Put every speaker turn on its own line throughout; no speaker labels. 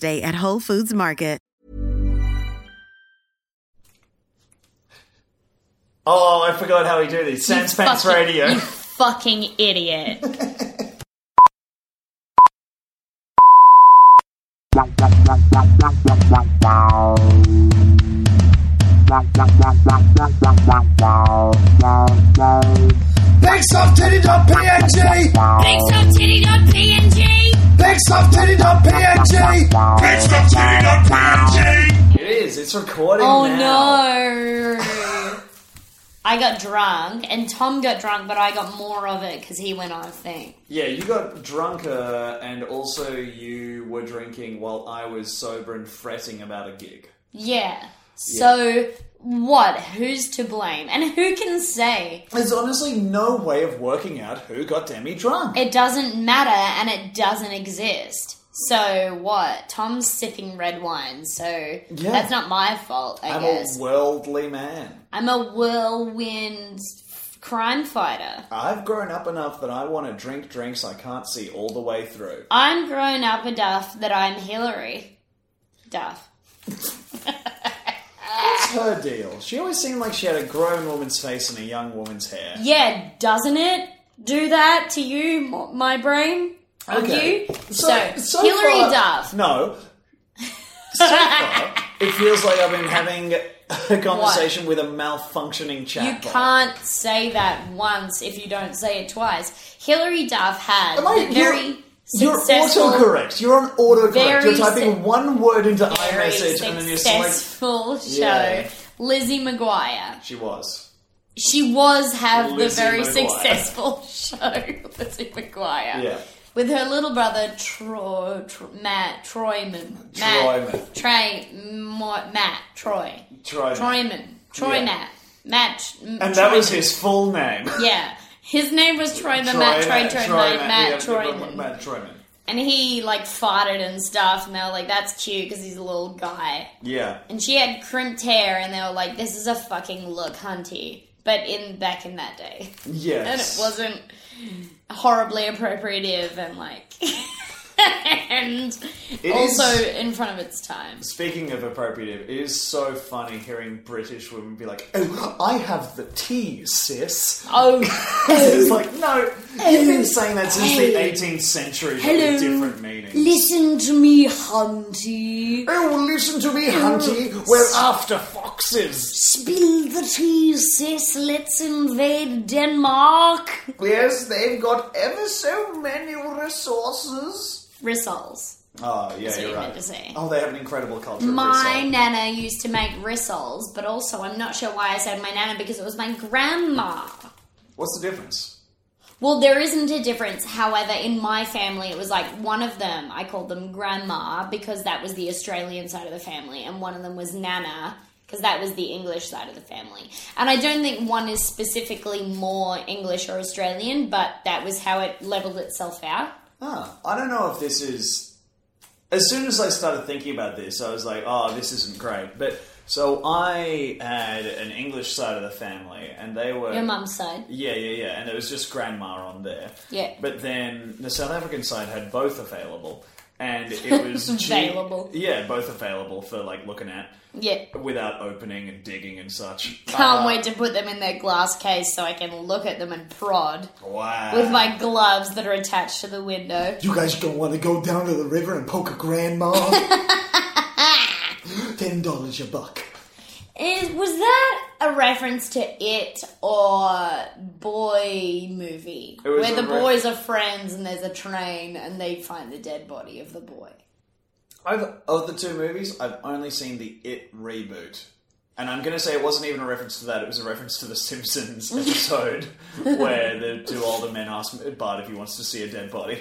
Day at Whole Foods Market.
Oh, I forgot how we do these.
You
Sans Pants
fucking-
Radio.
You fucking idiot.
Bigsofttitty.png! Bigsofttitty.png! Bigsofttitty.png!
It is. It's recording.
oh
now.
no. I got drunk, and Tom got drunk, but I got more of it because he went on a thing.
Yeah, you got drunker, and also you were drinking while I was sober and fretting about a gig.
Yeah. So, what? Who's to blame? And who can say?
There's honestly no way of working out who got Demi drunk.
It doesn't matter, and it doesn't exist. So, what? Tom's sipping red wine, so
Yeah.
that's not my fault, I
I'm
guess.
a worldly man.
I'm a whirlwind crime fighter.
I've grown up enough that I want to drink drinks I can't see all the way through.
I'm grown up enough that I'm Hillary Duff.
That's her deal. She always seemed like she had a grown woman's face and a young woman's hair.
Yeah, doesn't it do that to you, m- my brain? Of you? So, Hillary
far-
Duff.
No. So far, it feels like I've been having a conversation with a malfunctioning
You
chatbot.
can't say that once if you don't say it twice. Hillary Duff had
Am I-
the very
You're
successful,
autocorrect. You're on autocorrect.
Very
You're typing
suc-
one word into
very
iMessage and then you're just like.
successful show,
Yeah.
Lizzie McGuire.
She was.
She was have
Lizzie
the very
McGuire.
successful show, Lizzie McGuire.
Yeah.
With her little brother Troy, Tro Matt Troyman, Matt,
Troyman.
Trey, Mo- Matt Troy,
Try
Troyman, Troy
Yeah.
Matt, Matt, M-
And that was
Troyman.
his full name.
Yeah, his name was Troyman, Matt Troy, Troy, Matt, Matt Troyman,
Matt Troyman.
and he like farted and stuff, and they were like, "That's cute" because he's a little guy,
Yeah.
and she had crimped hair, and they were like, "This is a fucking look, hunty." But in back in that day,
Yes.
and it wasn't horribly appropriative and like and
It
also
is-
in front of its time.
Speaking of appropriative, it is so funny hearing British women be like, "Oh, I have the tea, sis."
Oh,
it's like, no, you've been saying that since the 18th century but with different meaning.
listen to me, hunty.
Oh, listen to me, hunty. We're after foxes.
Spill the tea, sis. Let's invade Denmark.
Yes, they've got ever so many resources.
Rissoles.
Oh, yeah,
what
you're
you meant
right.
to say.
Oh, they have an incredible culture. of
My
rissole.
nana used to make rissoles, but also I'm not sure why I said my nana because it was my grandma.
What's the difference?
Well, there isn't a difference. However, in my family, it was like one of them, I called them grandma because that was the Australian side of the family, and one of them was nana because that was the English side of the family. And I don't think one is specifically more English or Australian, but that was how it leveled itself out.
Ah, I don't know if this is. As soon as I started thinking about this, I was like, "Oh, this isn't great." But so I had an English side of the family, and they were
Your mum's side.
Yeah, yeah, yeah, and it was just grandma on there.
Yeah.
But then the South African side had both available, and it was
Available.
yeah, both available for like looking at
Yeah.
without opening and digging and such.
Can't
Uh,
wait to put them in their glass case so I can look at them and prod
Wow.
with my gloves that are attached to the window.
You guys don't want to go down to the river and poke a grandma?
ten dollars your buck.
Is, was that a reference to it or boy movie
It was
where
a
the
re-
boys are friends and there's a train and they find the dead body of the boy?
I've of the two movies, I've only seen the It reboot, and I'm going to say it wasn't even a reference to that. It was a reference to the Simpsons episode where the two older men ask Bart if he wants to see a dead body.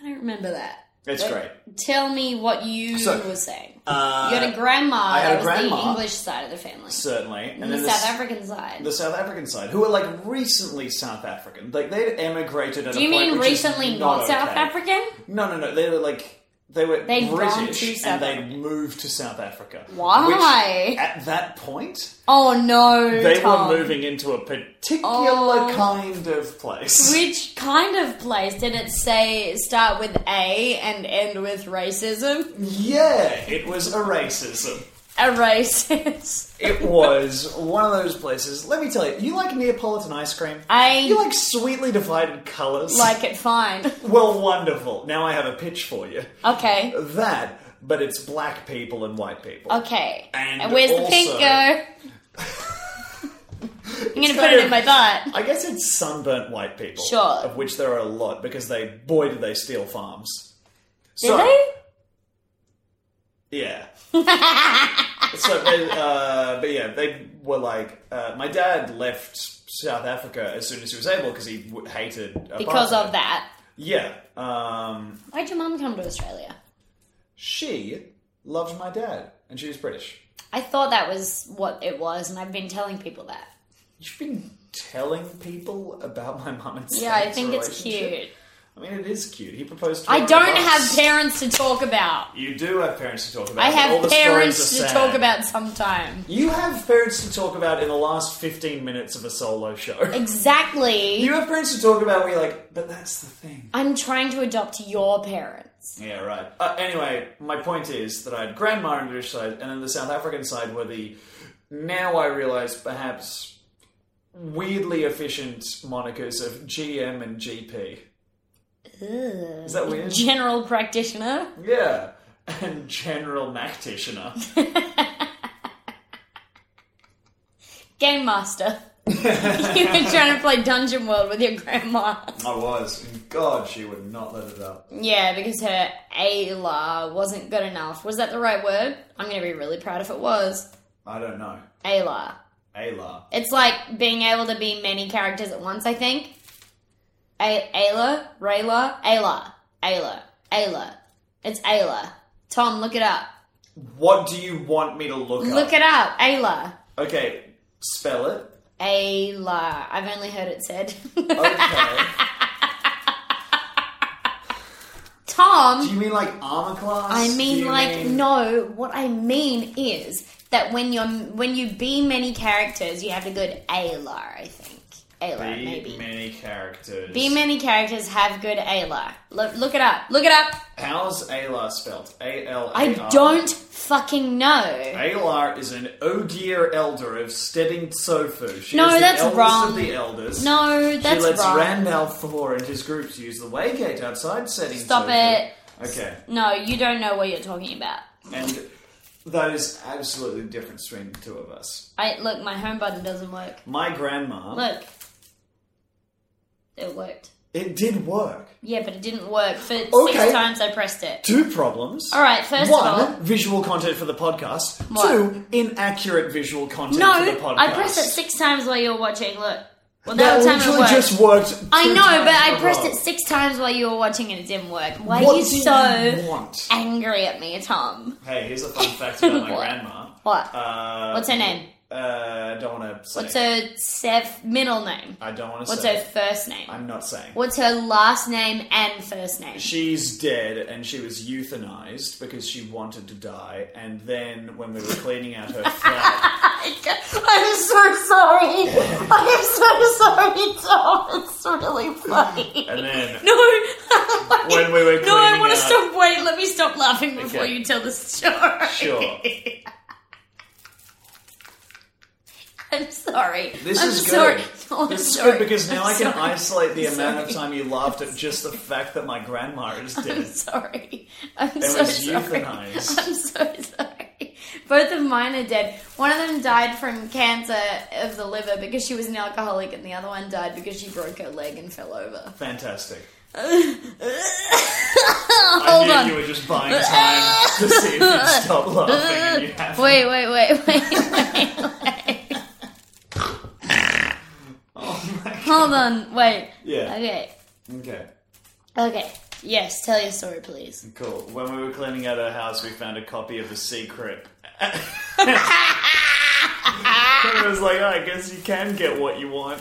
I don't remember that.
It's
But
great.
Tell me what you
So,
were saying.
Uh,
you had a grandma.
I had a
that was
grandma.
the English side of the family.
certainly, and
and the,
then
South
s-
African side.
the South African side, who are like recently South African, like they'd emigrated. At
Do
a
you
point
mean
which is
recently not, South
okay.
African?
No, no, no. They were like they were
They'd gone to
British,
South
and they moved to South Africa.
Why?
Which, at that point,
Oh no,
they
Tom.
were moving into a particular
Oh.
kind of place.
Which kind of place did it say start with A and end with racism?
yeah, it was a racism.
A racist.
It was one of those places. Let me tell you, you like Neapolitan ice cream?
I-
You like sweetly divided colors?
like it fine.
Well, wonderful. Now I have a pitch for you.
Okay.
That, but it's black people and white people.
Okay.
And
where's the pink
also-
go? I'm gonna put
kind
it in my
of-
butt.
I guess it's sunburnt white people.
Sure.
Of which there are a lot because they, boy, do they steal farms.
Did they?
Yeah. so, they, uh, but yeah, they were like, uh, my dad left South Africa as soon as he was able because he w- hated apartheid.
Because of that.
Yeah. Um,
Why'd your mum come to Australia?
she loved my dad, and she was British.
I thought that was what it was, and I've been telling people that.
You've been telling people about my mum and
Yeah, I
dad's
think it's
relationship?
cute.
I mean, it is cute. He proposed. to her
I
on the
don't
bus.
have parents to talk about.
You do have parents to talk about.
I
but all
have
the
parents
stories
to
are sad.
talk about sometime.
You have parents to talk about in the last 15 minutes of a solo show.
Exactly.
You have parents to talk about where you're like, but that's the thing.
I'm trying to adopt your parents.
Yeah, right. Uh, anyway, my point is that I had grandma on the British side, and then the South African side were the, now I realise, perhaps weirdly efficient monikers of GM and GP. Is that weird?
General practitioner.
yeah. And General Practitioner.
Game master. you were trying to play Dungeon World with your grandma.
I was. And God, she would not let it up.
Yeah, because her Ayla wasn't good enough. Was that the right word? I'm going to be really proud if it was.
I don't know.
Ayla.
Ayla.
It's like being able to be many characters at once, I think. A- Ayla? Rayla? Ayla. Ayla. Ayla. It's Ayla. Tom, look it up.
What do you want me to look up?
Look it up. Ayla.
Okay, spell it.
Ayla. I've only heard it said.
Okay. do
Tom,
you mean like armor class?
I
Do
mean
you
like no. What I mean is that when you're when you be many characters, you have to good Ayla. I think Ayla
Be
maybe.
many characters.
Be many characters have good Ayla. Look, look it up. Look it up.
How's Ayla spelled? A L A
I
R.
don't fucking know.
Aylar is an Odir elder of Steading Sofu. She
No,
is the
that's
eldest
wrong.
of the elders.
No,
she
that's
lets
wrong.
Randall Thor and his groups use the waygate outside Steading
Stop
Sofu.
it.
Okay,
No, you don't know what you're talking about.
and that is absolutely the difference between the two of us.
I look. My home button doesn't work.
My grandma.
Look, it worked.
It did work.
Yeah, but it didn't work. For
Okay.
six times I pressed it.
Two problems.
All right, first
One,
of all,
visual content for the podcast.
What?
Two, inaccurate visual content
no,
for the podcast.
I pressed it six times while you were watching. Look,
That
well, that, time it
literally
worked.
just worked.
I
two
know, but
times in
I
a
pressed
row.
it six times while you were watching, and it didn't work. Why
What
are you
do
so
you want?
angry at me, Tom?
Hey, here's a fun fact about my
What?
grandma.
What?
Uh,
What's her name?
Uh, don't want to say.
What's her sef- middle name?
I don't want to
What's
say.
her first name?
I'm not saying.
What's her last name and first name?
She's dead, and she was euthanized because she wanted to die. And then, when we were cleaning out her flat,
I'm so sorry. I'm so sorry, Tom. It's really funny.
and then
No.
when we were cleaning
No, I want
out,
to stop. Wait, let me stop laughing before
Okay.
you tell the story.
Sure.
I'm sorry.
This
I'm
is
sorry.
good.
No, I'm
This is
sorry.
good because now
I'm
i can
sorry.
isolate the
I'm
amount of
sorry.
time you laughed at just the fact that my grandma is
I'm
dead.
sorry. I'm
It
so
was
sorry.
euthanized.
I'm so sorry. Both of mine are dead. One of them died from cancer of the liver because she was an alcoholic, and the other one died because she broke her leg and fell over.
Fantastic.
Hold
I
on.
knew you were just buying time to see if you'd stop laughing, and you have.
Wait, wait, wait, wait, wait, wait. Hold on, wait.
Oh Yeah.
Okay,
Okay.
okay. Yes, tell your story, please.
Cool. When we were cleaning out our house, we found a copy of The Secret. and it was like, oh, I guess you can get what you want.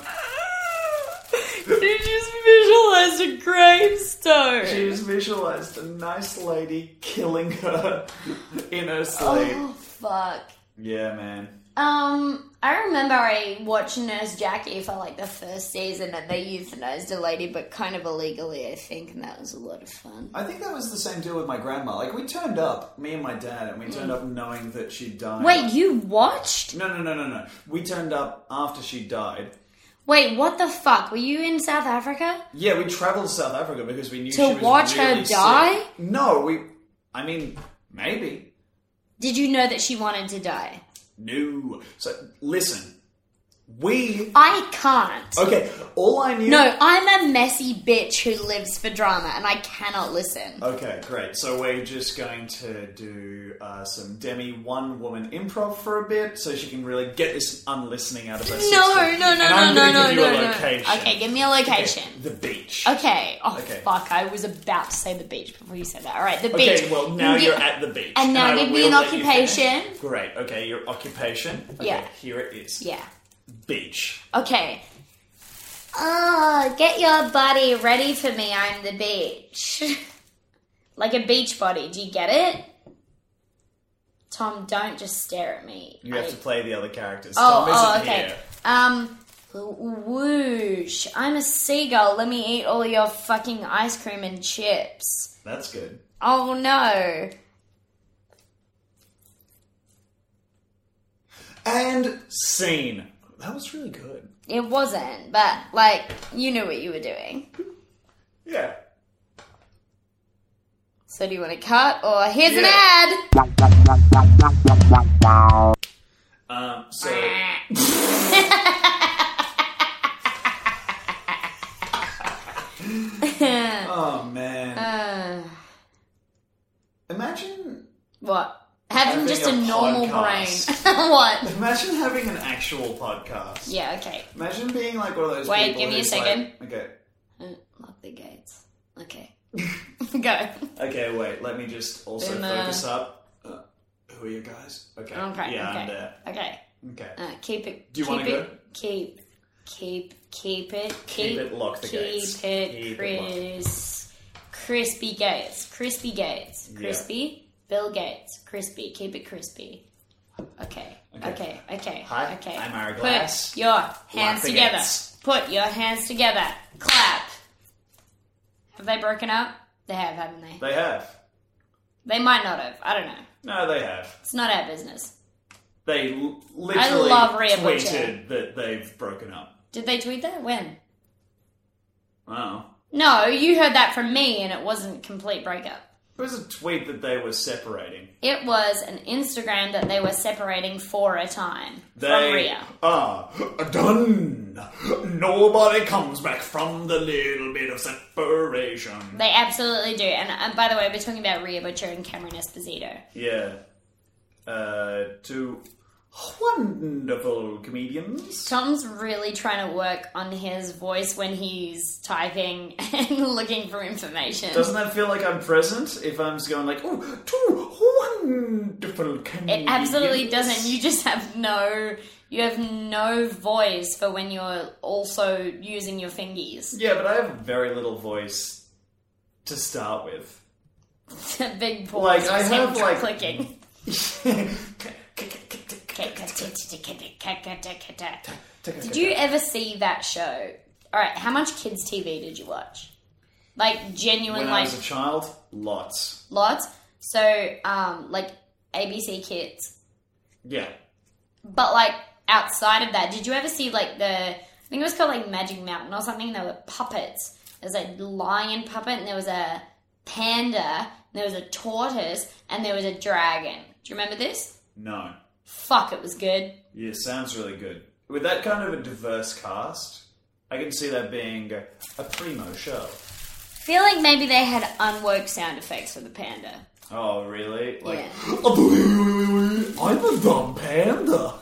you just visualized a gravestone.
She just visualized a nice lady killing her in her sleep.
Oh, fuck.
Yeah, man.
Um, I remember I watched Nurse Jackie for like the first season and they euthanized a lady, but kind of illegally, I think, and that was a lot of fun.
I think that was the same deal with my grandma. Like, we turned up, me and my dad, and we turned up knowing that she died.
Wait, you watched?
No, no, no, no, no. We turned up after she died.
Wait, what the fuck? Were you in South Africa?
Yeah, we traveled to South Africa because we knew
To
she was
watch her
really sick.
die?
No, we. I mean, maybe.
Did you know that she wanted to die?
No. So listen, we.
I can't.
Okay. All I knew.
No, I'm a messy bitch who lives for drama and I cannot listen.
Okay, great. So we're just going to do uh, some Demi one woman improv for a bit, so she can really get this unlistening out of her system.
No, no,
And
no, no,
I'm
no,
gonna
no,
give you a
no,
location.
no. Okay, give me a location.
The beach.
Okay. Oh
Okay.
fuck! I was about to say the beach before you said that. All right, the beach.
Okay, well now
Give-
you're at the beach,
And now
I
give me
will
an
let you finish.
occupation.
Great. Okay, your occupation. Okay,
Yeah.
Here it is.
Yeah.
Beach.
Okay. Oh, get your body ready for me. I'm the beach. like a beach body. Do you get it? Tom, don't just stare at me.
You
I-
have to play the other characters.
Oh,
Tom
oh,
isn't
okay.
here.
Um, whoosh. I'm a seagull. Let me eat all your fucking ice cream and chips.
That's good.
Oh no.
And scene. That was really good.
It wasn't, but like, you knew what you were doing.
Yeah.
So do you want to cut or here's
Yeah.
an
Um, so
ad?
oh man.
Uh.
imagine
What? Having
Having
just a,
a
normal
podcast.
brain. what?
imagine having an actual podcast.
Yeah, okay.
Imagine being like one of those
Wait,
people
give me a
who's
second.
like- okay.
Uh, Lock the gates. Okay. Go.
Okay, wait, let me just also
Boomer.
focus up. Uh, who are you guys? Okay.
Okay,
yeah, I'm
okay.
there.
Okay.
Okay.
Uh, keep it.
Do you
keep
wanna
it,
go?
Keep, keep, keep it. Keep,
it locked, the
Keep
gates.
it
Keep it locked.
crisp. crispy gates. Crispy gates.
Yeah.
Crispy. Bill Gates. Crispy. Keep it crispy. Okay.
Okay.
Okay. Okay.
Hi,
okay.
I'm Ira Glass.
Put your hands
the
together.
gates.
Put your hands together. Clap. Have they broken up? They have, haven't they?
They have.
They might not have. I don't know.
No, they have.
It's not our business.
They l- literally
love Rhea
tweeted that they've broken up.
Did they tweet that? When?
Wow.
No, you heard that from me, and it wasn't complete breakup.
It was a tweet that they were separating.
It was an Instagram that they were separating for a time
They
from Rhea.
are done. Nobody comes back from the little bit of separation.
They absolutely do. And, and by the way, we're talking about Rhea Butcher and Cameron Esposito.
Yeah. Uh, two wonderful comedians.
Tom's really trying to work on his voice when he's typing and looking for information.
Doesn't that feel like I'm present if I'm just going like, oh, two wonderful comedians?
it absolutely doesn't. You just have no, you have no voice for when you're also using your fingers.
Yeah, but I have very little voice to start with.
Big pause.
Like, I
just
have,
keep
like-
clicking. Did you ever see that show? All right, how much kids TV did you watch? Like genuine,
When I
like
was a child, lots.
lots. So, um, like ABC Kids,
Yeah.
but like outside of that, did you ever see like the? I think it was called like Magic Mountain or something. There were puppets. There was a lion puppet, and there was a panda, and there was a tortoise, and there was a dragon. Do you remember this?
No.
Fuck, it was good.
Yeah, sounds really good. With that kind of a diverse cast, I can see that being a primo show.
Feel like maybe they had unwoke sound effects for the panda.
Oh, really? Like,
Yeah.
I'm a dumb panda.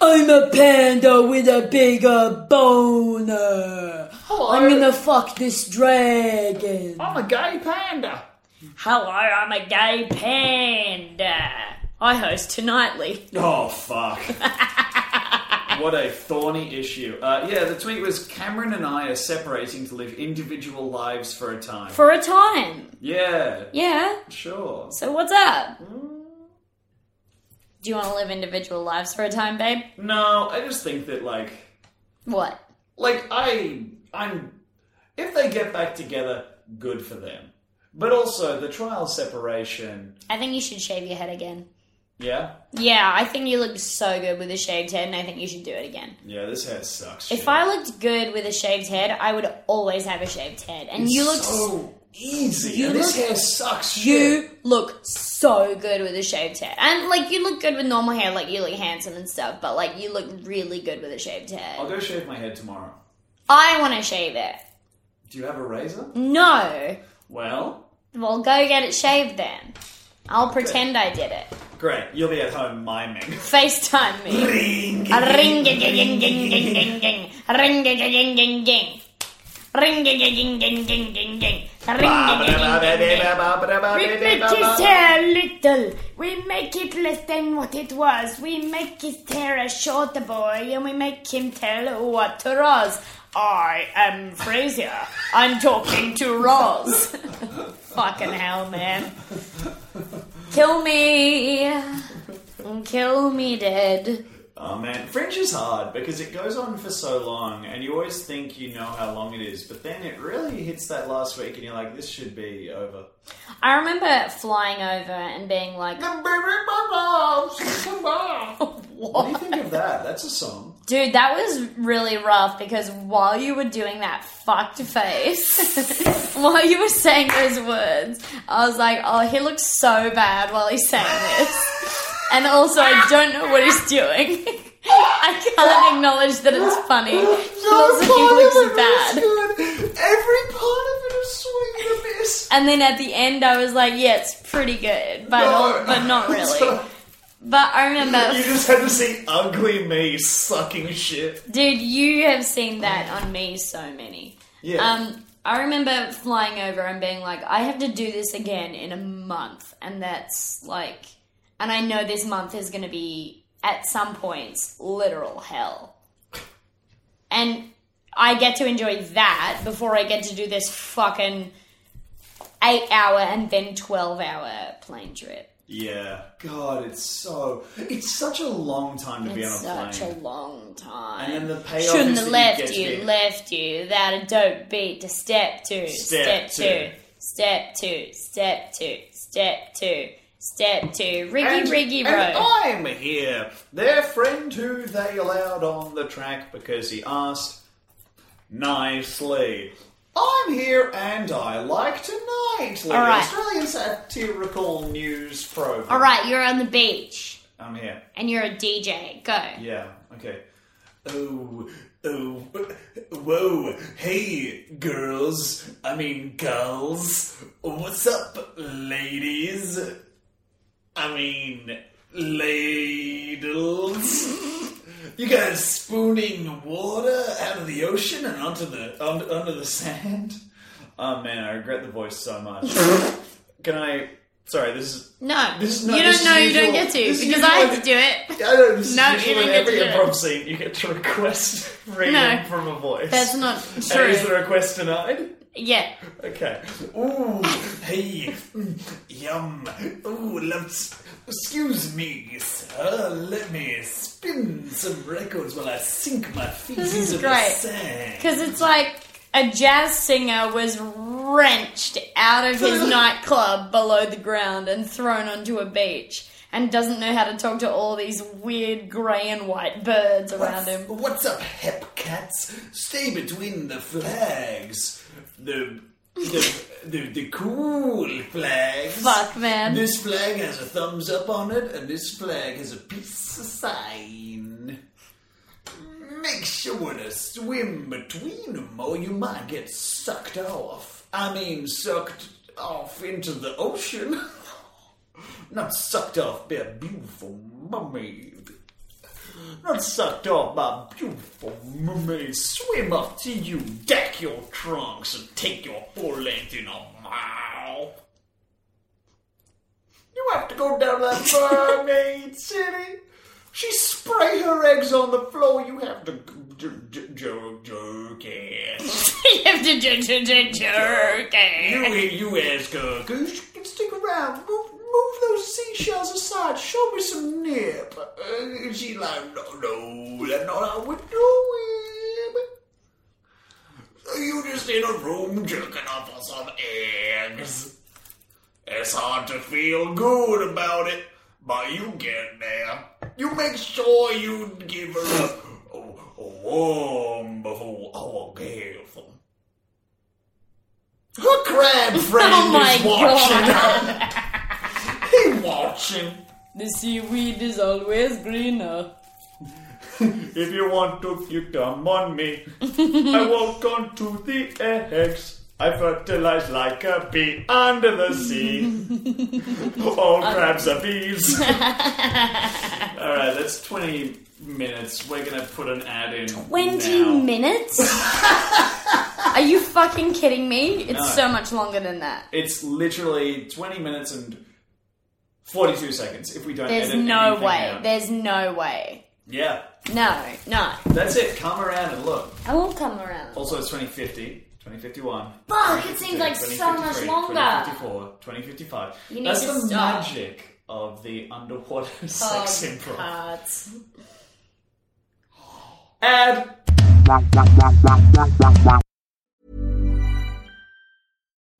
I'm a panda with a bigger boner. I'm gonna fuck this dragon.
I'm a gay panda.
Hello, I'm a gay panda. I host Tonightly.
Oh, fuck. what a thorny issue. Uh, yeah, the tweet was Cameron and I are separating to live individual lives for a time.
For a time.
yeah,
Yeah.
sure.
So what's up? Do you want to live individual lives for a time, babe?
No, I just think that, like,
What?
like I, I'm. If they get back together, good for them. But also the trial separation.
I think you should shave your head again.
Yeah,
Yeah, I think you look so good with a shaved head, and I think you should do it again.
yeah. This hair sucks.
If
shit.
I looked good with a shaved head, I would always have a shaved head. And you look
so easy.
you
and this
look-
hair sucks. Shit.
you look so good with a shaved head. And like you look good with normal hair, like you look handsome and stuff, but like you look really good with a shaved
I'll
head.
go shave my head tomorrow.
I want to shave it.
Do you have a razor?
No.
Well,
Well, go get it shaved then. I'll pretend I did it.
great. You'll be at home miming.
FaceTime me.
Ring.
Ring ding ding ding ding ding ding. Ring ding ding ding ding. Ring ding ding ding ding ding ding. Ring ding. We make his hair little. We make it less than what it was. We make his hair a shorter boy, and we make him tell what to Roz. I am Frazier. I'm talking to Roz. Fucking hell, man. Kill me. Kill me dead.
Oh man, fringe is hard because it goes on for so long, and you always think you know how long it is, but then it really hits that last week, and you're like, this should be over.
I remember flying over and being like,
What do you think of that? That's a song.
Dude, that was really rough because while you were doing that fucked face, while you were saying those words, I was like, oh, he looks so bad while he's saying this. And also, I don't know what he's doing. I can't acknowledge that it's funny. But also, he looks bad.
good. Every part of it is swing and a miss.
And then at the end, I was like, yeah, it's pretty good, but,
No.
but not really. But I
You
remember,
just had to see ugly me sucking shit.
dude, you have seen that on me so many.
Yeah.
Um, I remember flying over and being like, I have to do this again in a month, and that's like, and I know this month is going to be at some points literal hell, and I get to enjoy that before I get to do this fucking eight hour and then twelve hour plane trip.
yeah. God, it's so. It's such a long time to be on a
It's such
plane.
a long time.
And then the payoff
Shouldn't
is
have
that
left
you,
you,
get to be-
left you without a dope beat to step two,
Step
step,
two.
two, step two, step two, step two, step two. Riggy Riggy
and
Road.
I'm here, their friend who they allowed on the track because he asked nicely. I'm here and I like tonight, the
All right.
Australian satirical news program.
All right, you're on the beach
I'm here.
and you're a DJ. Go.
Yeah, okay. Oh, oh, whoa, hey, girls. I mean, girls. What's up, ladies? I mean, ladles. You guys spooning water out of the ocean and onto the on, under the sand? Oh man, I regret the voice so much. Can I? Sorry, this is
No,
This is not-
you
this is
don't know. You
usual-
don't get to
this is
because
usual
I
idea.
had to do it.
I know this
No,
is
you
usually in
don't get
every
to do it.
improv scene. You get to request freedom
No.
from a voice.
That's not
And is the
true.
request denied?
Yeah.
Okay. Ooh, hey, mm, yum. Ooh, let's. Excuse me, sir. Let me spin some records while I sink my feet
This is
into the
great.
sand.
Because it's like a jazz singer was wrenched out of his nightclub below the ground and thrown onto a beach and doesn't know how to talk to all these weird grey and white birds around
What's,
him.
what's up, hep cats? Stay between the flags. The the, the, the cool flags.
Fuck, man.
This flag has a thumbs up on it, and this flag has a peace sign. Makes you want to swim between them, or you might get sucked off. I mean, sucked off into the ocean. Not sucked off by a beautiful mermaid. Not sucked off by a beautiful mermaid. Swim up to you, deck your trunks, and take your full length in a mile. You have to go down that mermaid city. She spray her eggs on the floor. You have to j- j- jerk, jerk it.
you have to jer- jer- jer- jerk
You,
it.
you ask her, "Goose, you can stick around. Move, move those seashells aside. Show me some nip. Uh, she like, no, no, that's not how we're doing. So you just in a room jerking off on some eggs. It's hard to feel good about it, but you get there. You make sure you give her a, a, a warm before orgasm. Her crab friend
Oh my
is watching. he watching.
The seaweed is always greener.
If you want to, you come on me. I walk on to the eggs. I fertilize like a bee under the sea. All crabs are bees. Alright, that's 20 minutes. We're gonna put an ad in.
20
now.
minutes? Are you fucking kidding me? It's so much longer than that.
It's literally 20 minutes and 42 seconds if we don't
There's
edit
no
anything
way.
out.
There's no way.
Yeah,
No, no.
that's it. Come around and look.
I will come around.
Also, it's 2050, 2051.
Fuck, it seems like so much
2053,
longer.
2054, 2055.
You need
That's
to
the
stop.
magic of the underwater
Oh,
sex improv.
cards.
Ad!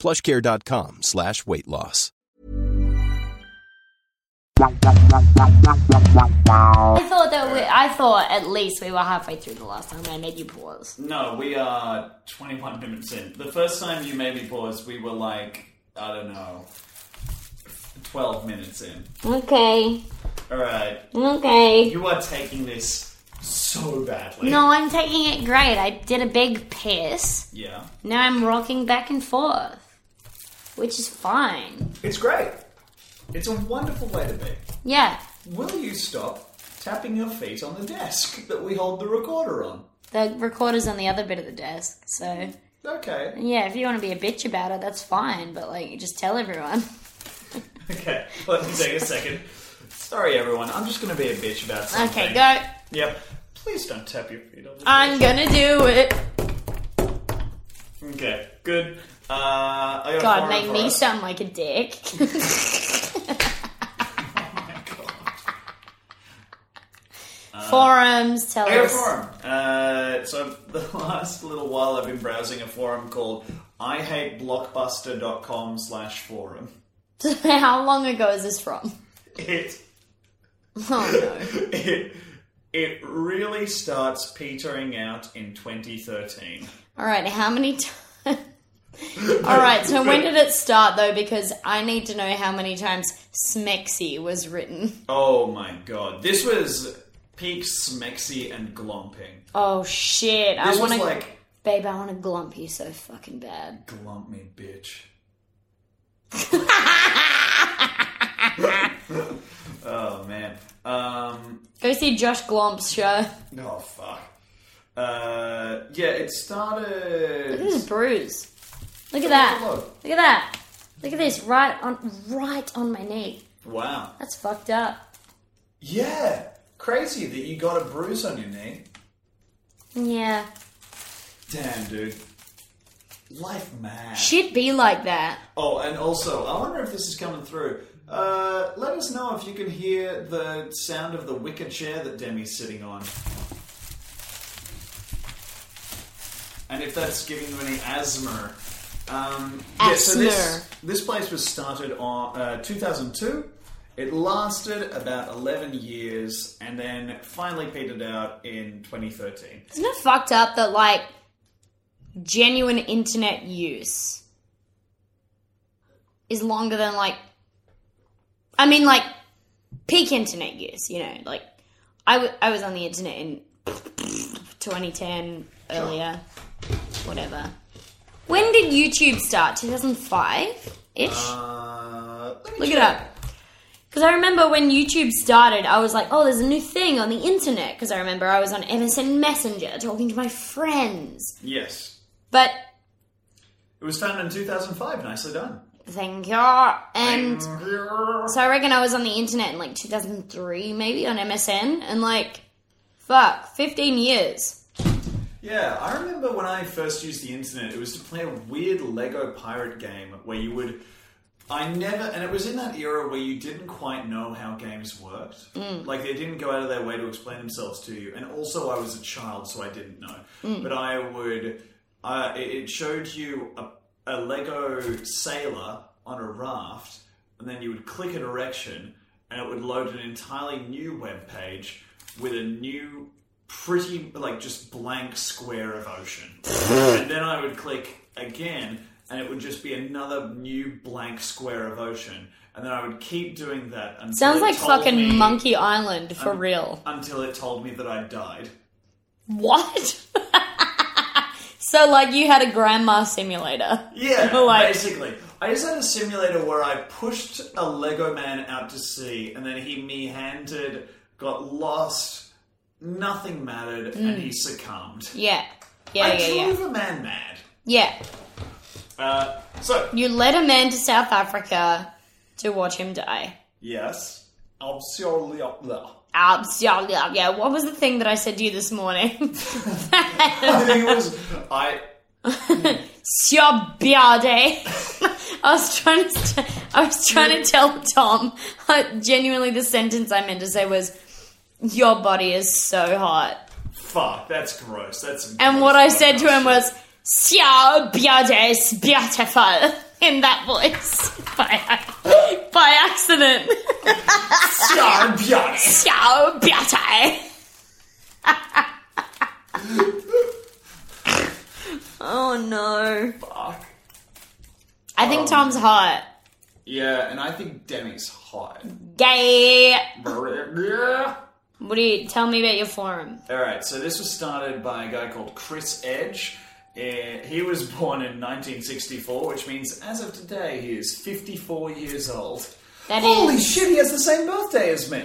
plushcare.com slash weight loss.
I thought that we, I thought at least we were halfway through the last time I made you pause.
No, we are 21 minutes in. The first time you made me pause, we were like, I don't know, 12 minutes in.
Okay.
Alright,
Okay.
you are taking this so badly.
No, I'm taking it great. I did a big piss.
Yeah.
Now I'm rocking back and forth. Which is fine.
It's great. It's a wonderful way to be.
Yeah.
Will you stop tapping your feet on the desk that we hold the recorder on?
The recorder's on the other bit of the desk, so
Okay.
yeah, if you want to be a bitch about it, that's fine, but like just tell everyone.
Okay. Let me take a second. Sorry, everyone. I'm just going to be a bitch about something.
Okay, go.
Yep. Please don't tap your feet on the
I'm gonna do it.
Okay. Good. Uh, I got a
God,
foreign
make
for
me
us.
sound like a dick. Forums tell
I got a
us.
forum. Uh, so the last little while I've been browsing a forum called I hate blockbuster.com slash forum.
How long ago is this from?
It,
Oh no.
it, it really starts petering out in 2013.
All right, how many times? All right, so when did it start though? Because I need to know how many times Smexy was written.
Oh my god. This was peak smexy and glomping.
Oh shit! I
This
want
was
to,
like,
babe. I want to glump you so fucking bad.
glump me, bitch. oh man. Um,
Go see Josh Glomp's show.
oh fuck. Uh, yeah, it started.
This is bruise. Look at that.
Look.
Look at that. Look at this right on right on my knee.
Wow.
That's fucked up.
Yeah. Crazy that you got a bruise on your knee.
Yeah.
Damn, dude. Life mad.
Should be like that.
Oh, and also, I wonder if this is coming through. Uh, let us know if you can hear the sound of the wicker chair that Demi's sitting on. And if that's giving you any asthma. Um, yeah, so
Asthma.
this, this place was started on uh, 2002. It lasted about 11 years and then finally petered out in 2013.
Isn't it fucked up that like genuine internet use is longer than like I mean like peak internet use, you know, like I wa- I was on the internet in 2010 earlier whatever. When did YouTube start? 2005 ish.
Uh, let me
Look
check.
it up. Because I remember when YouTube started, I was like, oh, there's a new thing on the internet. Because I remember I was on MSN Messenger talking to my friends.
Yes.
But
It was founded in 2005. Nicely done.
thank you. And so I reckon I was on the internet in like 2003, maybe on MSN. And like, fuck, 15 years.
Yeah, I remember when I first used the internet, it was to play a weird Lego pirate game where you would. I never. And it was in that era where you didn't quite know how games worked. Like, they didn't go out of their way to explain themselves to you. And also, I was a child, so I didn't know. But I would. Uh, it it showed you a, a Lego sailor on a raft, and then you would click a direction, and it would load an entirely new web page with a new pretty like just blank square of ocean. and then I would click again and it would just be another new blank square of ocean. And then I would keep doing that until
Sounds
it
like
told
fucking
me-
Monkey Island for
Um,
real.
until it told me that I died.
What? so, like, you had a grandma simulator.
Yeah,
Like-
basically. I just had a simulator where I pushed a Lego man out to sea and then he me handed, got lost, nothing mattered, and he succumbed.
Yeah. Mm. Yeah,
I
yeah, yeah.
drove a man mad.
Yeah.
Uh, so,
You led a man to South Africa to watch him die.
Yes. Absolutely up there.
Absolutely. Yeah. What was the thing that I said to you this morning?
I think it was I
Shabbiade. I was trying to. St- I was trying to tell Tom. I, genuinely, the sentence I meant to say was, "Your body is so hot."
fuck, that's gross. That's some
And
gross
what I said to
podcast
him was, "Shabbiade is beautiful." In that voice, by ac- by accident.
shit. Yeah, I'd be honest.
Shabbiade. Oh no.
Fuck.
I think Tom's hot.
Yeah, and I think Demi's hot.
Gay.
Yeah.
What do you tell me about your forum?
All right, so this was started by a guy called Chris Edge. Uh, he was born in 1964, which means as of today he is 54 years old.
That is,
Holy shit, he has the same birthday as me.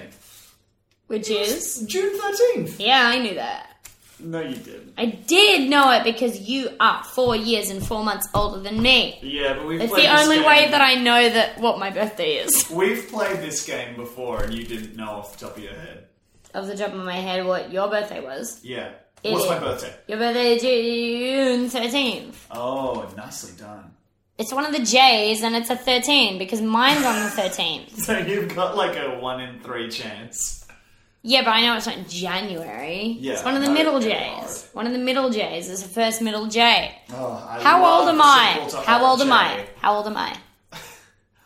which is
June 13th.
yeah, I knew that.
No, you didn't.
I did know it because you are four years and four months older than me.
Yeah, but we've
It's
played
the
this
only
game-
way that I know that what my birthday is.
We've played this game before and you didn't know off the top of your head.
Off the top of my head, what your birthday was?
Yeah. What's my birthday?
Your birthday is June thirteenth.
Oh, nicely done.
It's one of the J's, and it's a thirteen because mine's on the thirteenth.
So you've got like a one in three chance.
Yeah, but I know it's not in January.
Yeah,
it's one of the
no,
middle
they
J's. One of the middle J's is the first middle J.
Oh, I
How
love
old am
the
I?
sequel to
How
Hot
old am I?
J.
How old am I?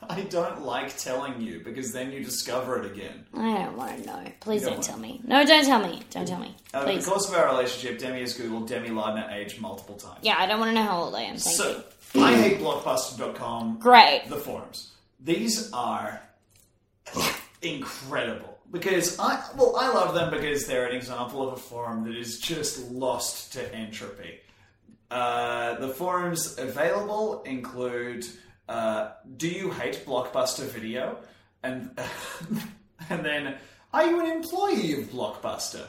I don't like telling you because then you discover it again.
I don't want to know. Please
You
don't
don't
tell me. No, don't tell me. Don't tell me.
Over Uh, the
Please.
course of our relationship, Demi has googled Demi Lardner age multiple times.
Yeah, I don't want to know how old I am. Thank you.
so, I hate blockbuster.com.
Great.
The forums. These are incredible because I well I love them because they're an example of a forum that is just lost to entropy. Uh, the forums available include uh, Do you hate Blockbuster Video? And and then Are you an employee of Blockbuster?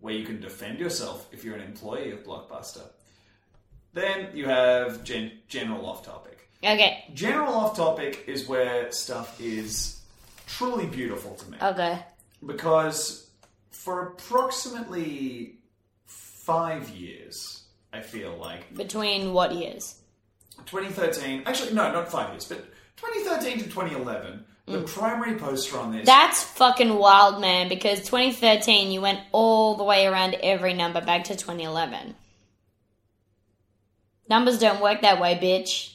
Where you can defend yourself if you're an employee of Blockbuster. Then you have gen- general off topic.
Okay.
General off topic is where stuff is truly beautiful to me.
Okay.
Because for approximately five years, I feel like
Between what years?
2013, actually, no, not five years, but 2013 to 2011,
Mm.
the primary poster on this.
That's fucking wild, man, because 2013, you went all the way around every number back to 2011. Numbers don't work that way, bitch.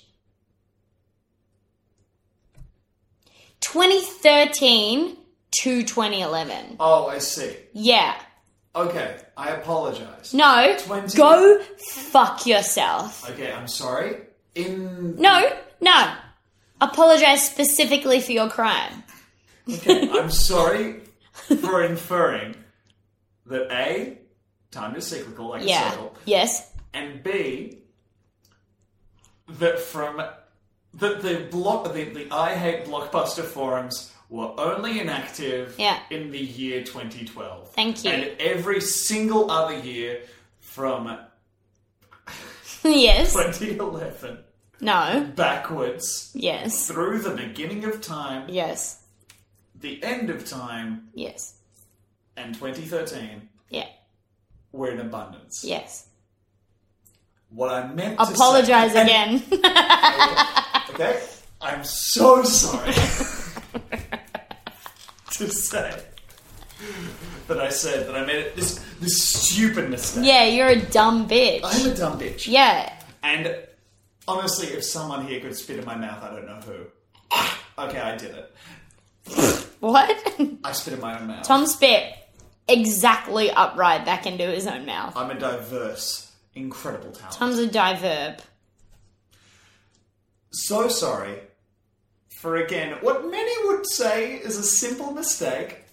2013 to 2011.
oh, I see.
Yeah.
Okay, I apologize.
No.
20
Go fuck yourself.
Okay, I'm sorry. In.
No, no. Apologize specifically for your crime.
Okay, I'm sorry for inferring that A, time is cyclical, like a
Yeah.
circle.
Yes.
and B that from that the block the, the I hate blockbuster forums were only inactive
Yeah.
in the year 2012.
Thank you.
And every single other year from
yes.
2011
No.
backwards
Yes.
through the beginning of time,
Yes.
the end of time,
Yes.
and 2013
Yeah.
were in abundance.
Yes.
What I meant to say-
Apologize
And-
again.
Okay? I'm so sorry to say that I said that I made it this this stupid mistake.
yeah, you're a dumb bitch.
I'm a dumb bitch.
yeah.
And honestly, if someone here could spit in my mouth, I don't know who. okay, I did it.
What?
I spit in my own mouth.
Tom spit exactly upright back into his own mouth.
I'm a diverse, incredible talent.
Tom's a diverb.
so sorry for again what many would say is a simple mistake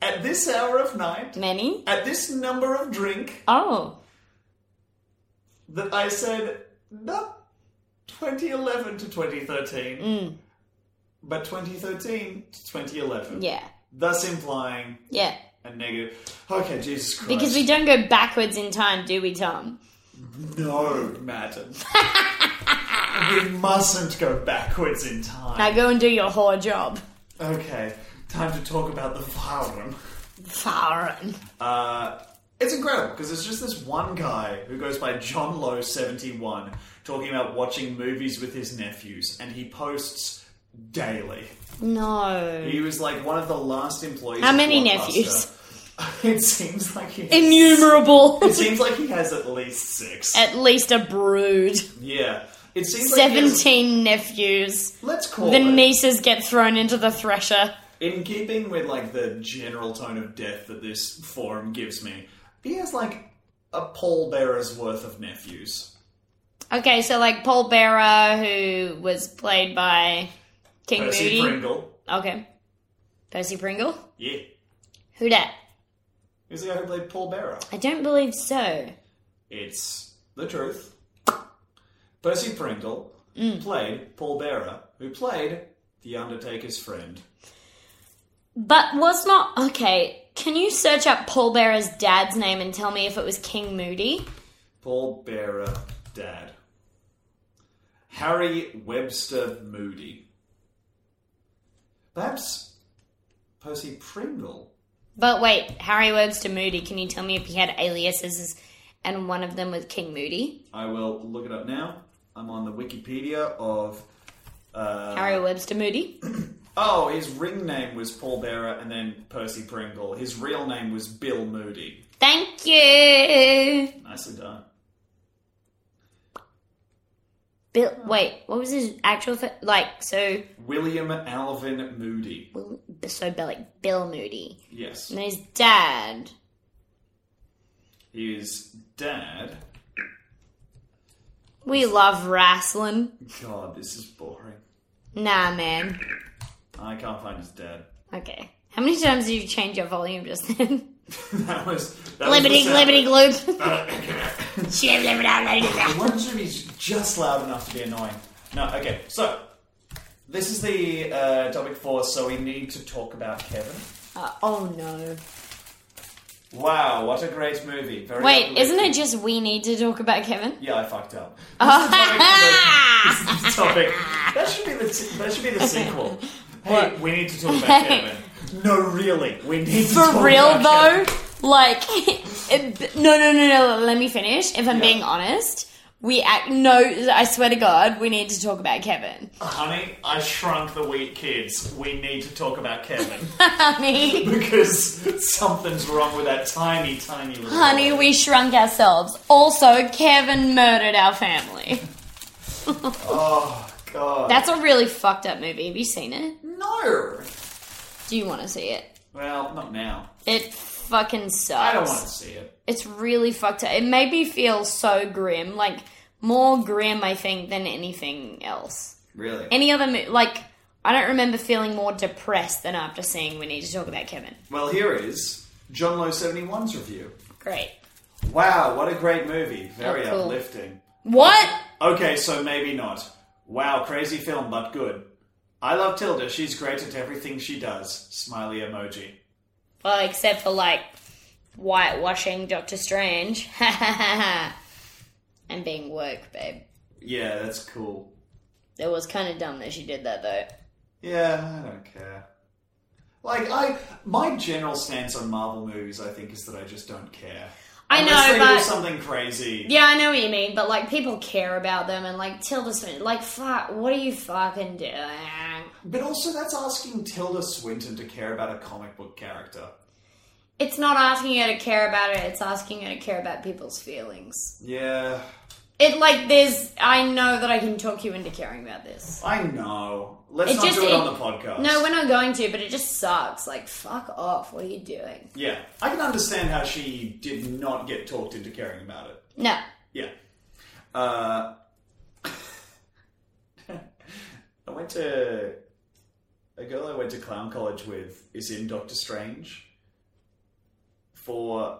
at this hour of night,
Many?
at this number of drink.
Oh.
that I said not 2011 to 2013,
Mm.
but 2013 to 2011.
Yeah.
Thus implying
Yeah.
a negative. Okay, Jesus Christ.
Because we don't go backwards in time, do we, Tom?
No, madam. we mustn't go backwards in time.
Now go and do your whore job.
okay, time to talk about the forum.
Foreign.
Uh, it's incredible because it's just this one guy who goes by John Lowe seventy one talking about watching movies with his nephews, and he posts daily.
No.
He was like one of the last employees.
How
of
many
Blockbuster.
nephews?
It seems like he. Has,
Innumerable.
it seems like he has at least six.
At least a brood.
yeah, it seems Like he has-
Seventeen nephews.
let's call
The
it
nieces get thrown into the thresher.
in keeping with like the general tone of death that this forum gives me. He has like a pallbearer's worth of nephews.
Okay, so like Paul Bearer, who was played by King
Percy
Moody.
Pringle.
Okay. Percy Pringle?
Yeah,
Who dat?
who's the guy who played Paul Bearer?
I don't believe so.
It's the truth. Percy Pringle
Mm.
played Paul Bearer, who played the Undertaker's friend.
But was not. Okay, can you search up Paul Bearer's dad's name and tell me if it was King Moody?
Paul Bearer, Dad. Harry Webster Moody. Perhaps Percy Pringle.
But wait, Harry Webster Moody, can you tell me if he had aliases and one of them was King Moody?
I will look it up now. I'm on the Wikipedia of. Uh,
Harry Webster Moody?
Oh, his ring name was Paul Bearer and then Percy Pringle. His real name was Bill Moody.
Thank you.
Nicely done.
Bill, wait, what was his actual fa- like? So,
William Alvin Moody.
Will- so Bill, like Bill Moody,
Yes.
and his dad.
His dad.
We love wrestling.
God, this is boring.
Nah, man.
I can't find his dad.
Okay. How many times did you change your volume just then?
That was. That was the
Liberty,
sound-
liberty, gloop. Shit, liberty, liberty,
I
gloop.
wonder if he's just loud enough to be annoying. No, okay, so this is the uh, topic for so we need to talk about Kevin.
Uh, oh no.
Wow, what a great movie. Very
Wait,
uplifting.
isn't it just we need to talk about Kevin?
Yeah, I fucked up.
Oh,
This topic. That should be the t- that should be the sequel. Hey, we need to talk about Kevin. No, really, we need to talk
for real
about Kevin.
though, like, it, no, no, no, no. Let me finish. If I'm
Yeah.
being honest, we act. No, I swear to God, we need to talk about Kevin.
Honey, I shrunk the wheat kids. We need to talk about Kevin
Honey,
because something's wrong with that tiny, tiny little.
honey,
boy.
we shrunk ourselves. Also, Kevin murdered our family.
Oh God.
That's a really fucked up movie. Have you seen it?
no.
Do you want to see it?
Well, not now.
It fucking sucks.
I don't want to see it.
It's really fucked up. It made me feel so grim, like more grim, I think, than anything else.
Really?
Any other mo- like, I don't remember feeling more depressed than after seeing We Need to Talk About Kevin.
well, here is John Lowe 71's review.
Great.
Wow, what a great movie. Very
Oh, cool.
uplifting.
What?
Okay, so maybe not. Wow, crazy film, but good. I love Tilda. She's great at everything she does. Smiley emoji.
Well, except for like whitewashing Doctor Strange, and being woke, babe.
Yeah, that's cool.
It was kind of dumb that she did that though.
Yeah, I don't care. Like I, my general stance on Marvel movies, I think, is that I just don't care.
I
Unless
know,
they
but-
do something crazy.
Yeah, I know what you mean, but like people care about them, and like Tilda Swinton, like fuck, what are you fucking doing?
But also, that's asking Tilda Swinton to care about a comic book character.
It's not asking you to care about it, it's asking you to care about people's feelings.
Yeah,
It like there's I know that I can talk you into caring about this.
I know. Let's
It
not
just-
do it,
it-
on the podcast.
No, we're not going to, but it just sucks. Like fuck off. What are you doing?
Yeah, I can understand how she did not get talked into caring about it.
No.
Yeah. Uh, I went to. A girl I went to clown college with is in Doctor Strange for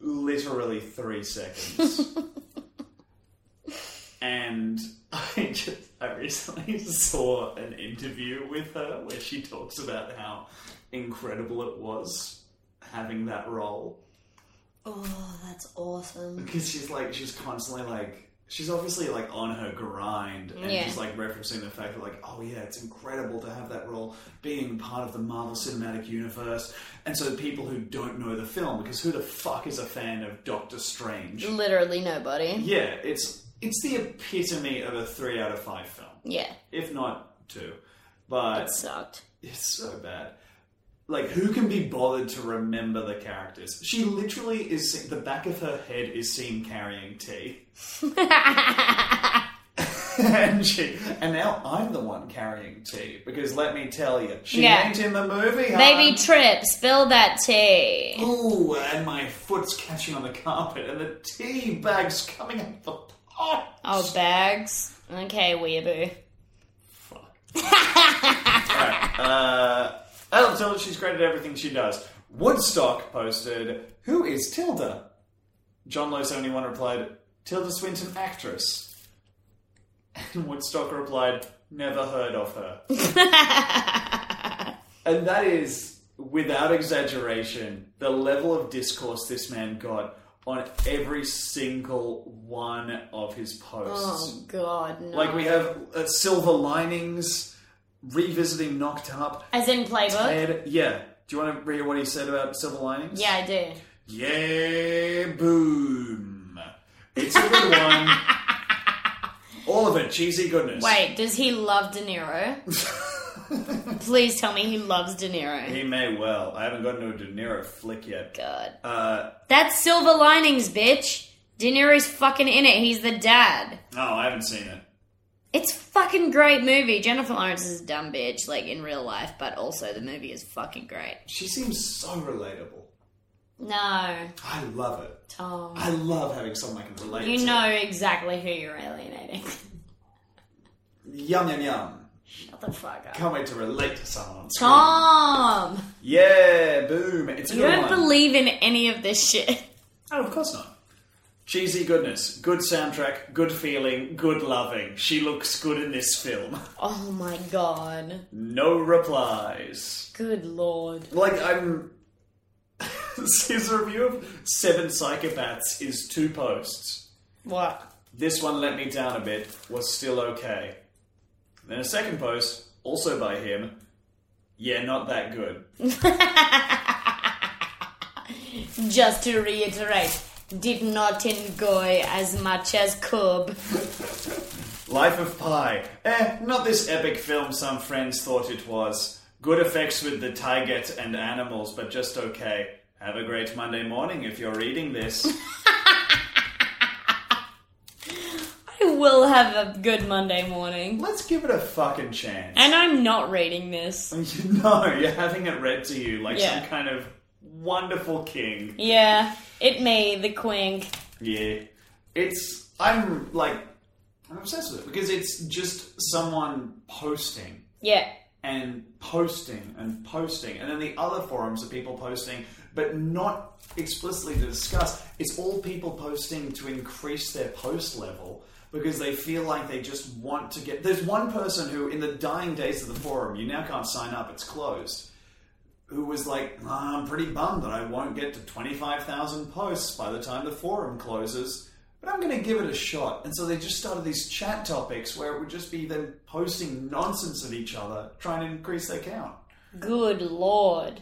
literally three seconds. and I just. I recently saw an interview with her where she talks about how incredible it was having that role
Oh, that's awesome.
because she's like she's constantly like she's obviously like on her grind and
Yeah.
just like referencing the fact that like oh yeah it's incredible to have that role being part of the Marvel Cinematic Universe and so people who don't know the film because who the fuck is a fan of Doctor Strange
Literally nobody.
yeah it's it's the epitome of a 3 out of 5 film
Yeah.
if not 2 but
It sucked.
it's so bad. Like, who can be bothered to remember the characters? She literally is se- the back of her head is seen carrying tea, and she and now I'm the one carrying tea because let me tell you, she
Yeah.
ain't in the movie.
Baby
hon.
Trip, spill that tea.
Ooh, and my foot's catching on the carpet, and the tea bag's coming out the pot.
Oh, bags. Okay, weeaboo.
Uh, Adam Tilda, she's great at everything she does. Woodstock posted, Who is Tilda? John Lowe 71 replied, Tilda Swinton, actress. And Woodstock replied, Never heard of her. and that is, without exaggeration, the level of discourse this man got on every single one of his posts.
Oh God, no.
Like we have uh, Silver Linings, revisiting Knocked Up,
As in playbook.
Ed, yeah. Do you want to hear what he said about Silver Linings?
Yeah, I do.
Yeah, boom. It's a good one. All of it, cheesy goodness.
Wait, does he love De Niro? Please tell me he loves De Niro.
He may well. I haven't gotten to a De Niro flick yet.
God.
Uh,
That's Silver Linings, bitch. De Niro's fucking in it. He's the dad.
no, I haven't seen it.
It's fucking great movie. Jennifer Lawrence is a dumb bitch, like in real life, but also the movie is fucking great.
She seems so relatable.
No,
I love it.
Tom.
I love having someone I can relate to.
You know exactly who you're alienating.
Yum, yum, yum.
Shut the fuck up.
Can't wait to relate to someone on screen.
Tom!
Yeah, boom. It's a
You
good
don't
one.
believe in any of this shit.
Oh, of course not. Cheesy goodness, good soundtrack, good feeling, good loving. She looks good in this film.
Oh my god.
No replies.
Good lord.
Like, I'm. His review of Seven Psychopaths is two posts.
What?
This one let me down a bit, was still okay. Then a second post, also by him. Yeah, not that good.
Just to reiterate, did not enjoy as much as could.
Life of Pi. Eh, not this epic film some friends thought it was. Good effects with the target and animals, but just okay. Have a great Monday morning if you're reading this.
I will have a good Monday morning.
Let's give it a fucking chance.
And I'm not reading this.
You know, you're having it read to you like
Yeah.
some kind of wonderful king.
Yeah, it me, the queen.
Yeah. It's. I'm like. I'm obsessed with it because it's just someone posting
Yeah.
and posting and posting. And then the other forums are people posting, but not explicitly to discuss. It's all people posting to increase their post level because they feel like they just want to get. There's one person who, in the dying days of the forum, you now can't sign up, it's closed. Who was like, "Ah, I'm pretty bummed that I won't get to 25,000 posts by the time the forum closes, but I'm going to give it a shot. And so they just started these chat topics where it would just be them posting nonsense at each other, trying to increase their count.
Good lord.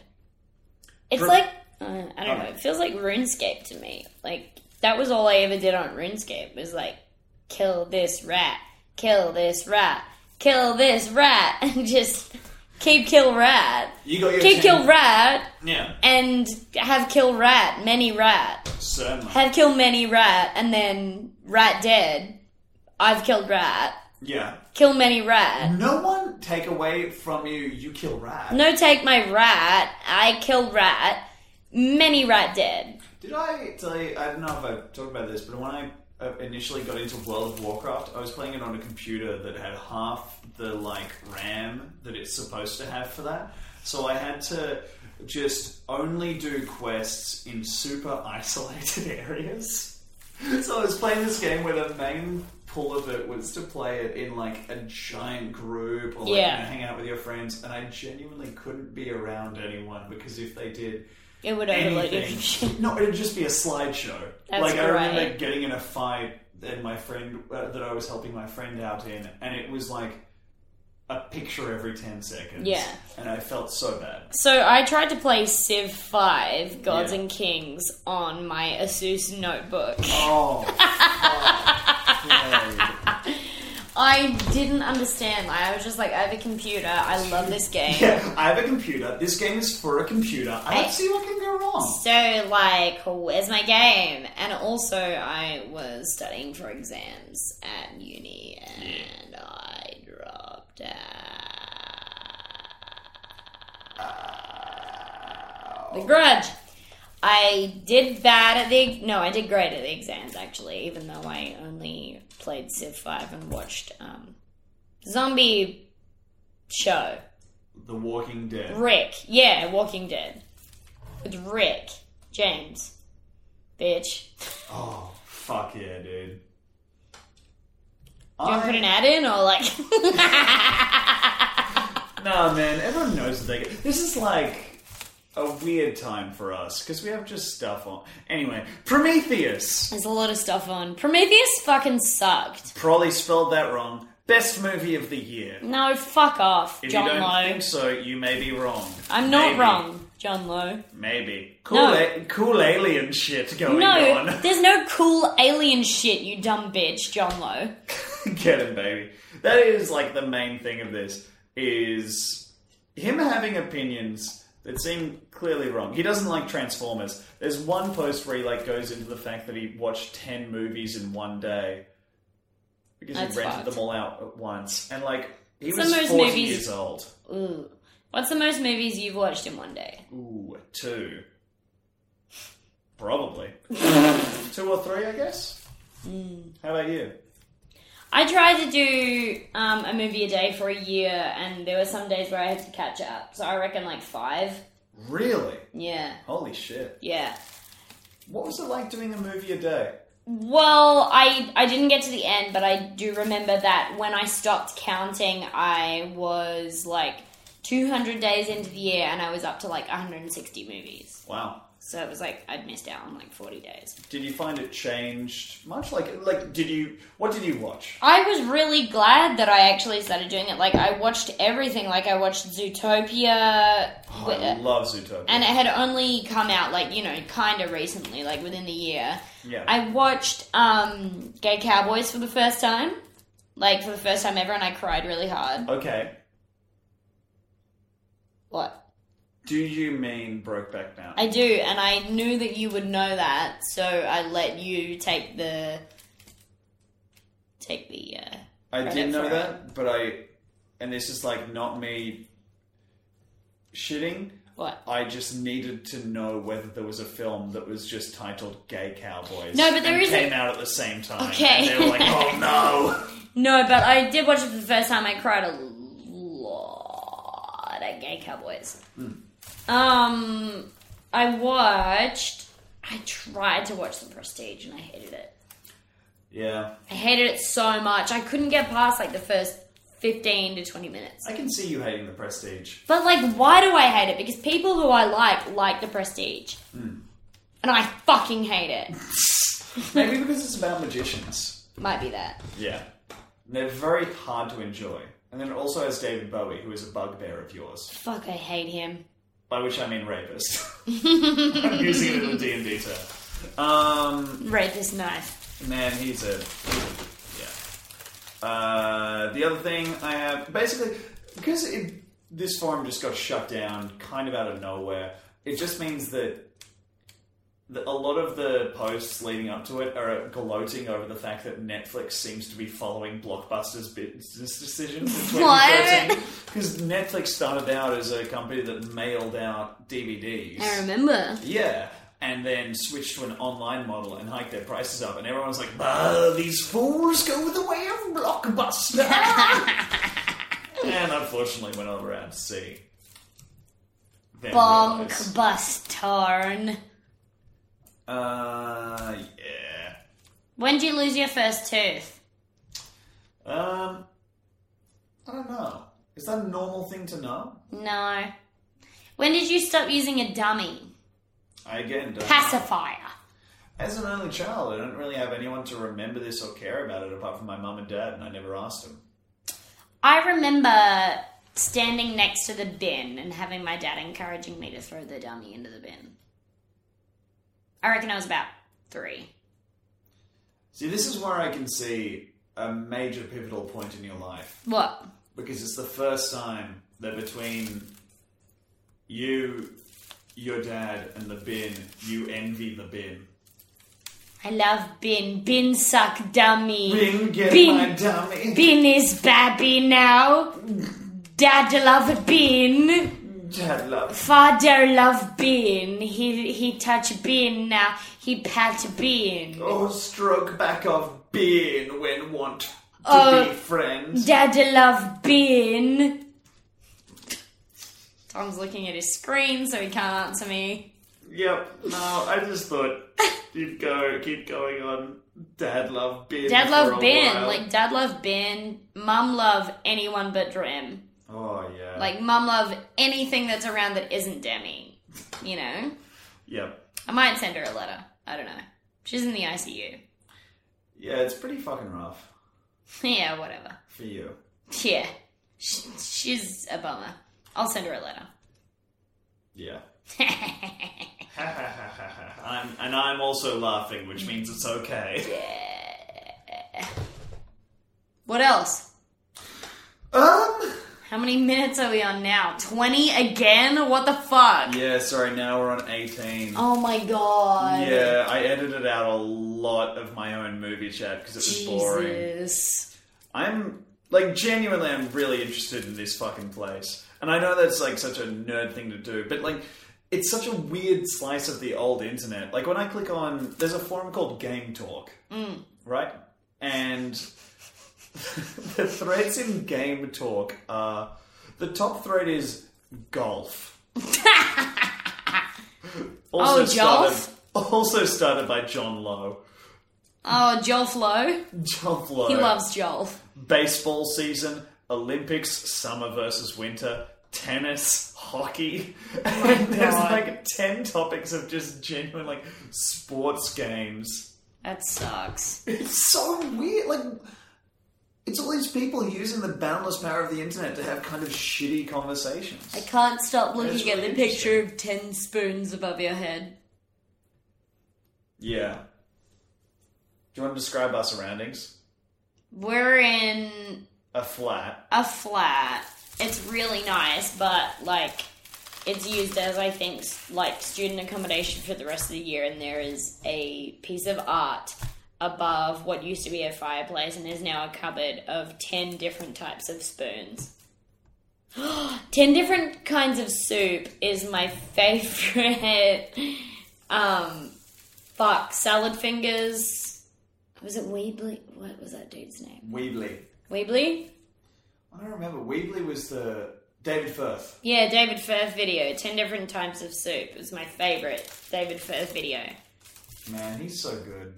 It's
Bro-
like, uh, I don't know, it feels like RuneScape to me. Like, that was all I ever did on RuneScape was like, kill this rat, kill this rat, kill this rat, and just keep kill rat.
You got your
Keep
ten-
kill rat,
Yeah,
and have kill rat, many rat.
certainly.
Have kill many rat, and then rat dead. I've killed rat.
Yeah.
Kill many rat.
No one take away from you, you kill rat.
No take my rat. I killed rat. Many rat dead.
Did I tell you? I don't know if I talked about this, but when I uh, initially got into World of Warcraft, I was playing it on a computer that had half the like RAM that it's supposed to have for that. So I had to just only do quests in super isolated areas. So I was playing this game where the main pull of it was to play it in like a giant group or like, you know,
Yeah.
hang out with your friends, and I genuinely couldn't be around anyone because if they did,
It would overload your computer.
anything. no, it'd just be a slideshow.
That's
like I remember
great.
getting in a fight and my friend uh, that I was helping my friend out in, and it was like a picture every ten seconds.
Yeah.
and I felt so bad.
So I tried to play Civ 5 Gods
Yeah.
and Kings on my Asus notebook.
Oh, fuck.
I didn't understand. I was just like, I have a computer. I love this game.
yeah, I have a computer. This game is for a computer. I don't see what can go wrong.
So, like, where's my game? And also, I was studying for exams at uni and I dropped out. The grudge. I did bad at the. No, I did great at the exams, actually, even though I only played Civ 5 and watched um, Zombie Show.
The Walking Dead.
Rick. Yeah, Walking Dead. With Rick. James. Bitch.
Oh, fuck yeah, dude.
Do you want
I-
to put an ad in or like.
Nah, man, everyone knows that they get. This is like a weird time for us because we have just stuff on. Anyway, Prometheus.
There's a lot of stuff on. Prometheus fucking sucked.
Probably spelled that wrong. Best movie of the year.
No, fuck off,
If you
John
don't
Lowe.
think so, you may be wrong.
I'm not
Maybe.
wrong, John Lowe.
Maybe. Cool,
No.
a- cool alien shit going
No,
on.
there's no cool alien shit, you dumb bitch, John Lowe.
Get him, baby. That is like the main thing of this. is him having opinions that seem clearly wrong. He doesn't like Transformers. There's one post where he like goes into the fact that he watched ten movies in one day because
That's
he rented
fucked.
them all out at once, and like he
Some
was
of those
forty
movies-
years old.
Ooh. What's the most movies you've watched in one day?
Ooh, two. Probably two or three, I guess.
Hmm.
How about you?
I tried to do um, a movie a day for a year, and there were some days where I had to catch up. So I reckon like five.
Really?
Yeah,
Holy shit!
yeah.
What was it like doing a movie a day?
Well, I I didn't get to the end, but I do remember that when I stopped counting, I was like 200 days into the year, and I was up to like 160 movies.
Wow.
So it was like I'd missed out on like 40 days.
Did you find it changed much? Like, like, did you? What did you watch?
I was really glad that I actually started doing it. Like I watched everything. Like I watched Zootopia.
Oh, I love Zootopia.
and it had only come out like you know kind of recently like within the year
Yeah.
i watched um gay cowboys for the first time like for the first time ever and i cried really hard
okay.
what
Do you mean Brokeback Mountain?
i do and i knew that you would know that so i let you take the take the uh
I,
read
did
it
know
for
that, but I, and this is like not me shitting.
what
I just needed to know whether there was a film that was just titled "Gay Cowboys."
No, but there
and
is a-
Came out at the same time. And
Okay.
they were like, "Oh no!"
no but i did watch it for the first time i cried a lot at gay cowboys um i watched i tried to watch the prestige and i hated it
Yeah,
I hated it so much. I couldn't get past like the first 15 to 20 minutes.
I can see you hating the Prestige.
But like, why do I hate it? Because people who I like like the prestige. And I fucking hate it.
Maybe because it's about magicians.
Might be that.
Yeah. And they're very hard to enjoy. And then it also has David Bowie, who is a bugbear of yours.
Fuck, I hate him.
By which I mean rapist. I'm using it in a D&D term. Um,
Rape this knife.
man, he's a... Yeah. Uh, the other thing I have... Basically, because it, this forum just got shut down kind of out of nowhere, it just means that the- a lot of the posts leading up to it are gloating over the fact that Netflix seems to be following Blockbuster's business decisions in
What?
2013. Because Netflix started out as a company that mailed out DVDs.
I remember.
Yeah. And then switched to an online model and hiked their prices up, and everyone was like, "Bah, these fools go the way of Blockbuster!" and unfortunately, went over out to sea. Then realized-
Bonk, bust, tarn.
Uh, yeah.
When did you lose your first tooth?
Um, I don't know. Is that a normal thing to know?
No. When did you stop using a dummy?
I again don't.
Pacifier.
As an only child, I don't really have anyone to remember this or care about it apart from my mum and dad, and I never asked them.
I remember standing next to the bin and having my dad encouraging me to throw the dummy into the bin. I reckon I was about three.
See, this is where I can see a major pivotal point in your life
What?
because it's the first time that between you, your dad, and the bin, you envy the bin.
I love bin. Bin suck dummy.
Bin, get
bin,
my dummy.
bin is babby now. Dad love bin.
Dad loves.
Father love bin. He he touch bin now. He pat bin.
Oh, stroke back of bin when want to
Uh,
be friends.
Dad love bin. Tom's looking at his screen, so he can't answer me.
Yep. No, I just thought you'd go keep going on Dad Love Bin.
Dad
for
love
a
bin,
while.
like dad love bin. Mum love anyone but Drim.
Oh yeah.
Like mum love anything that's around that isn't Demi. You know,
Yep.
I might send her a letter. I don't know. She's in the ICU.
Yeah, it's pretty fucking rough
yeah, whatever.
for you.
Yeah, Sh she's a bummer. I'll send her a letter.
Yeah. I'm, and I'm also laughing, which means it's okay.
What else?
Um,
How many minutes are we on now? 20 again? What the fuck?
Yeah, sorry, now we're on 18.
Oh my god.
Yeah, I edited out a lot of my own movie chat because it was boring.
Jesus.
I'm, like, genuinely, I'm really interested in this fucking place. And I know that's, like, such a nerd thing to do, but, like, it's such a weird slice of the old internet. Like, when I click on, there's a forum called Game Talk,
Mm.
right? And the threads in game talk are the top thread is golf. also
Oh,
started,
Jolf?
also started by John Lowe.
Oh, Joel Flo?
John Lowe.
He loves Joel.
baseball season, Olympics, summer versus winter, tennis, hockey. and there's like ten topics of just genuine like sports games.
That sucks.
It's so weird. Like, it's all these people using the boundless power of the internet to have kind of shitty conversations.
I can't stop looking
That's
at the
really
picture of 10 spoons above your head.
yeah. Do you want to describe our surroundings?
We're in
A flat.
a flat. It's really nice, but like it's used as I think s- like student accommodation for the rest of the year and there is a piece of art above what used to be a fireplace and is now a cupboard of 10 different types of spoons. 10 different kinds of soup is my favorite. um fuck salad fingers. Was it Weebly? What was that dude's name?
Weebly.
Weebly?
I don't remember. Weebly was the David Firth.
Yeah, David Firth video. Ten different types of soup was my favorite David Firth video.
Man, he's so good.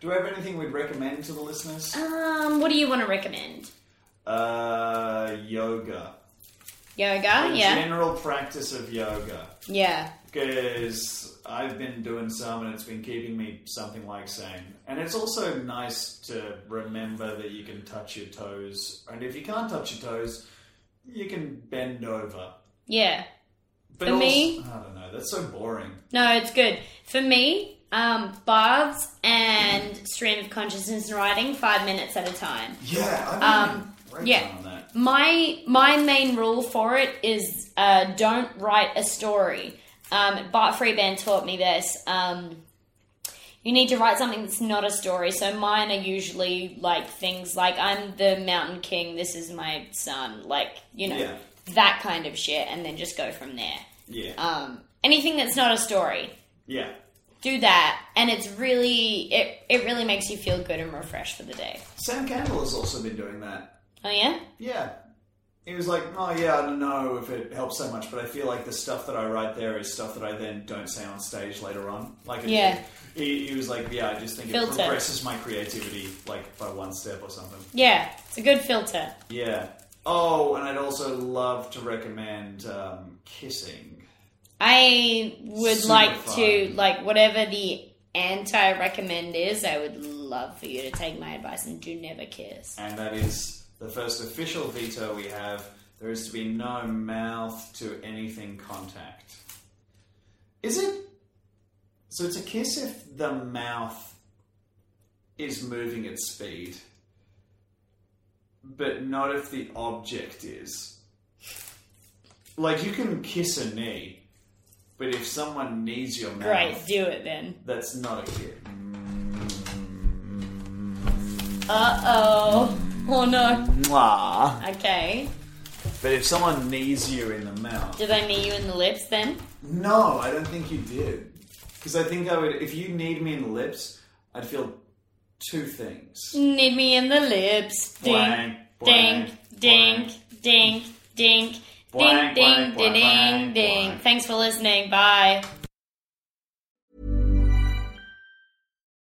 Do we have anything we'd recommend to the listeners?
Um, what do you want to recommend?
Uh, yoga.
Yoga.
The
Oh, Yeah,
General practice of yoga.
yeah.
Because I've been doing some and it's been keeping me something like sane. And it's also nice to remember that you can touch your toes. And if you can't touch your toes, you can bend over.
Yeah.
But
For me-
also- I don't know, that's so boring.
No, it's good for me. Um, baths and stream of consciousness writing, five minutes at a time.
Yeah, I've
Um,
been
yeah.
on that.
My my main rule for it is uh, don't write a story. Um, Bart Freeman taught me this. Um, you need to write something that's not a story. So mine are usually like things like I'm the mountain king. This is my son. Like you know
Yeah.
that kind of shit, and then just go from there.
Yeah.
Um, anything that's not a story,
yeah.
do that, and it's really it it really makes you feel good and refreshed for the day.
Sam Campbell has also been doing that.
Oh yeah,
Yeah. He was like, oh yeah, I don't know if it helps so much, but I feel like the stuff that I write there is stuff that I then don't say on stage later on. Like, it-
Yeah.
He, he was like, yeah, I just think
Filter.
it progresses my creativity like by one step or something.
yeah, it's a good filter.
Yeah. Oh, and I'd also love to recommend um, kissing.
I would
Super
like to
fun.
like whatever the anti recommend is. I would love for you to take my advice and do never kiss.
and that is the first official veto we have. There is to be no mouth to anything contact. Is it? So it's a kiss if the mouth is moving at speed, but not if the object is. Like you can kiss a knee, but if someone needs your mouth,
Great, do it then.
that's not a kiss.
Uh oh. Oh no.
Mwah.
Okay.
But if someone knees you in the mouth,
Did I meet you in the lips then?
no, I don't think you did. Because I think I would. If you kneed me in the lips, I'd feel two things.
Need me in the lips. Ding,
Blank,
ding,
blank,
ding, ding, ding, ding,
Blank, blank, blank,
ding, ding, ding,
blank,
ding.
blank.
Thanks for listening. Bye.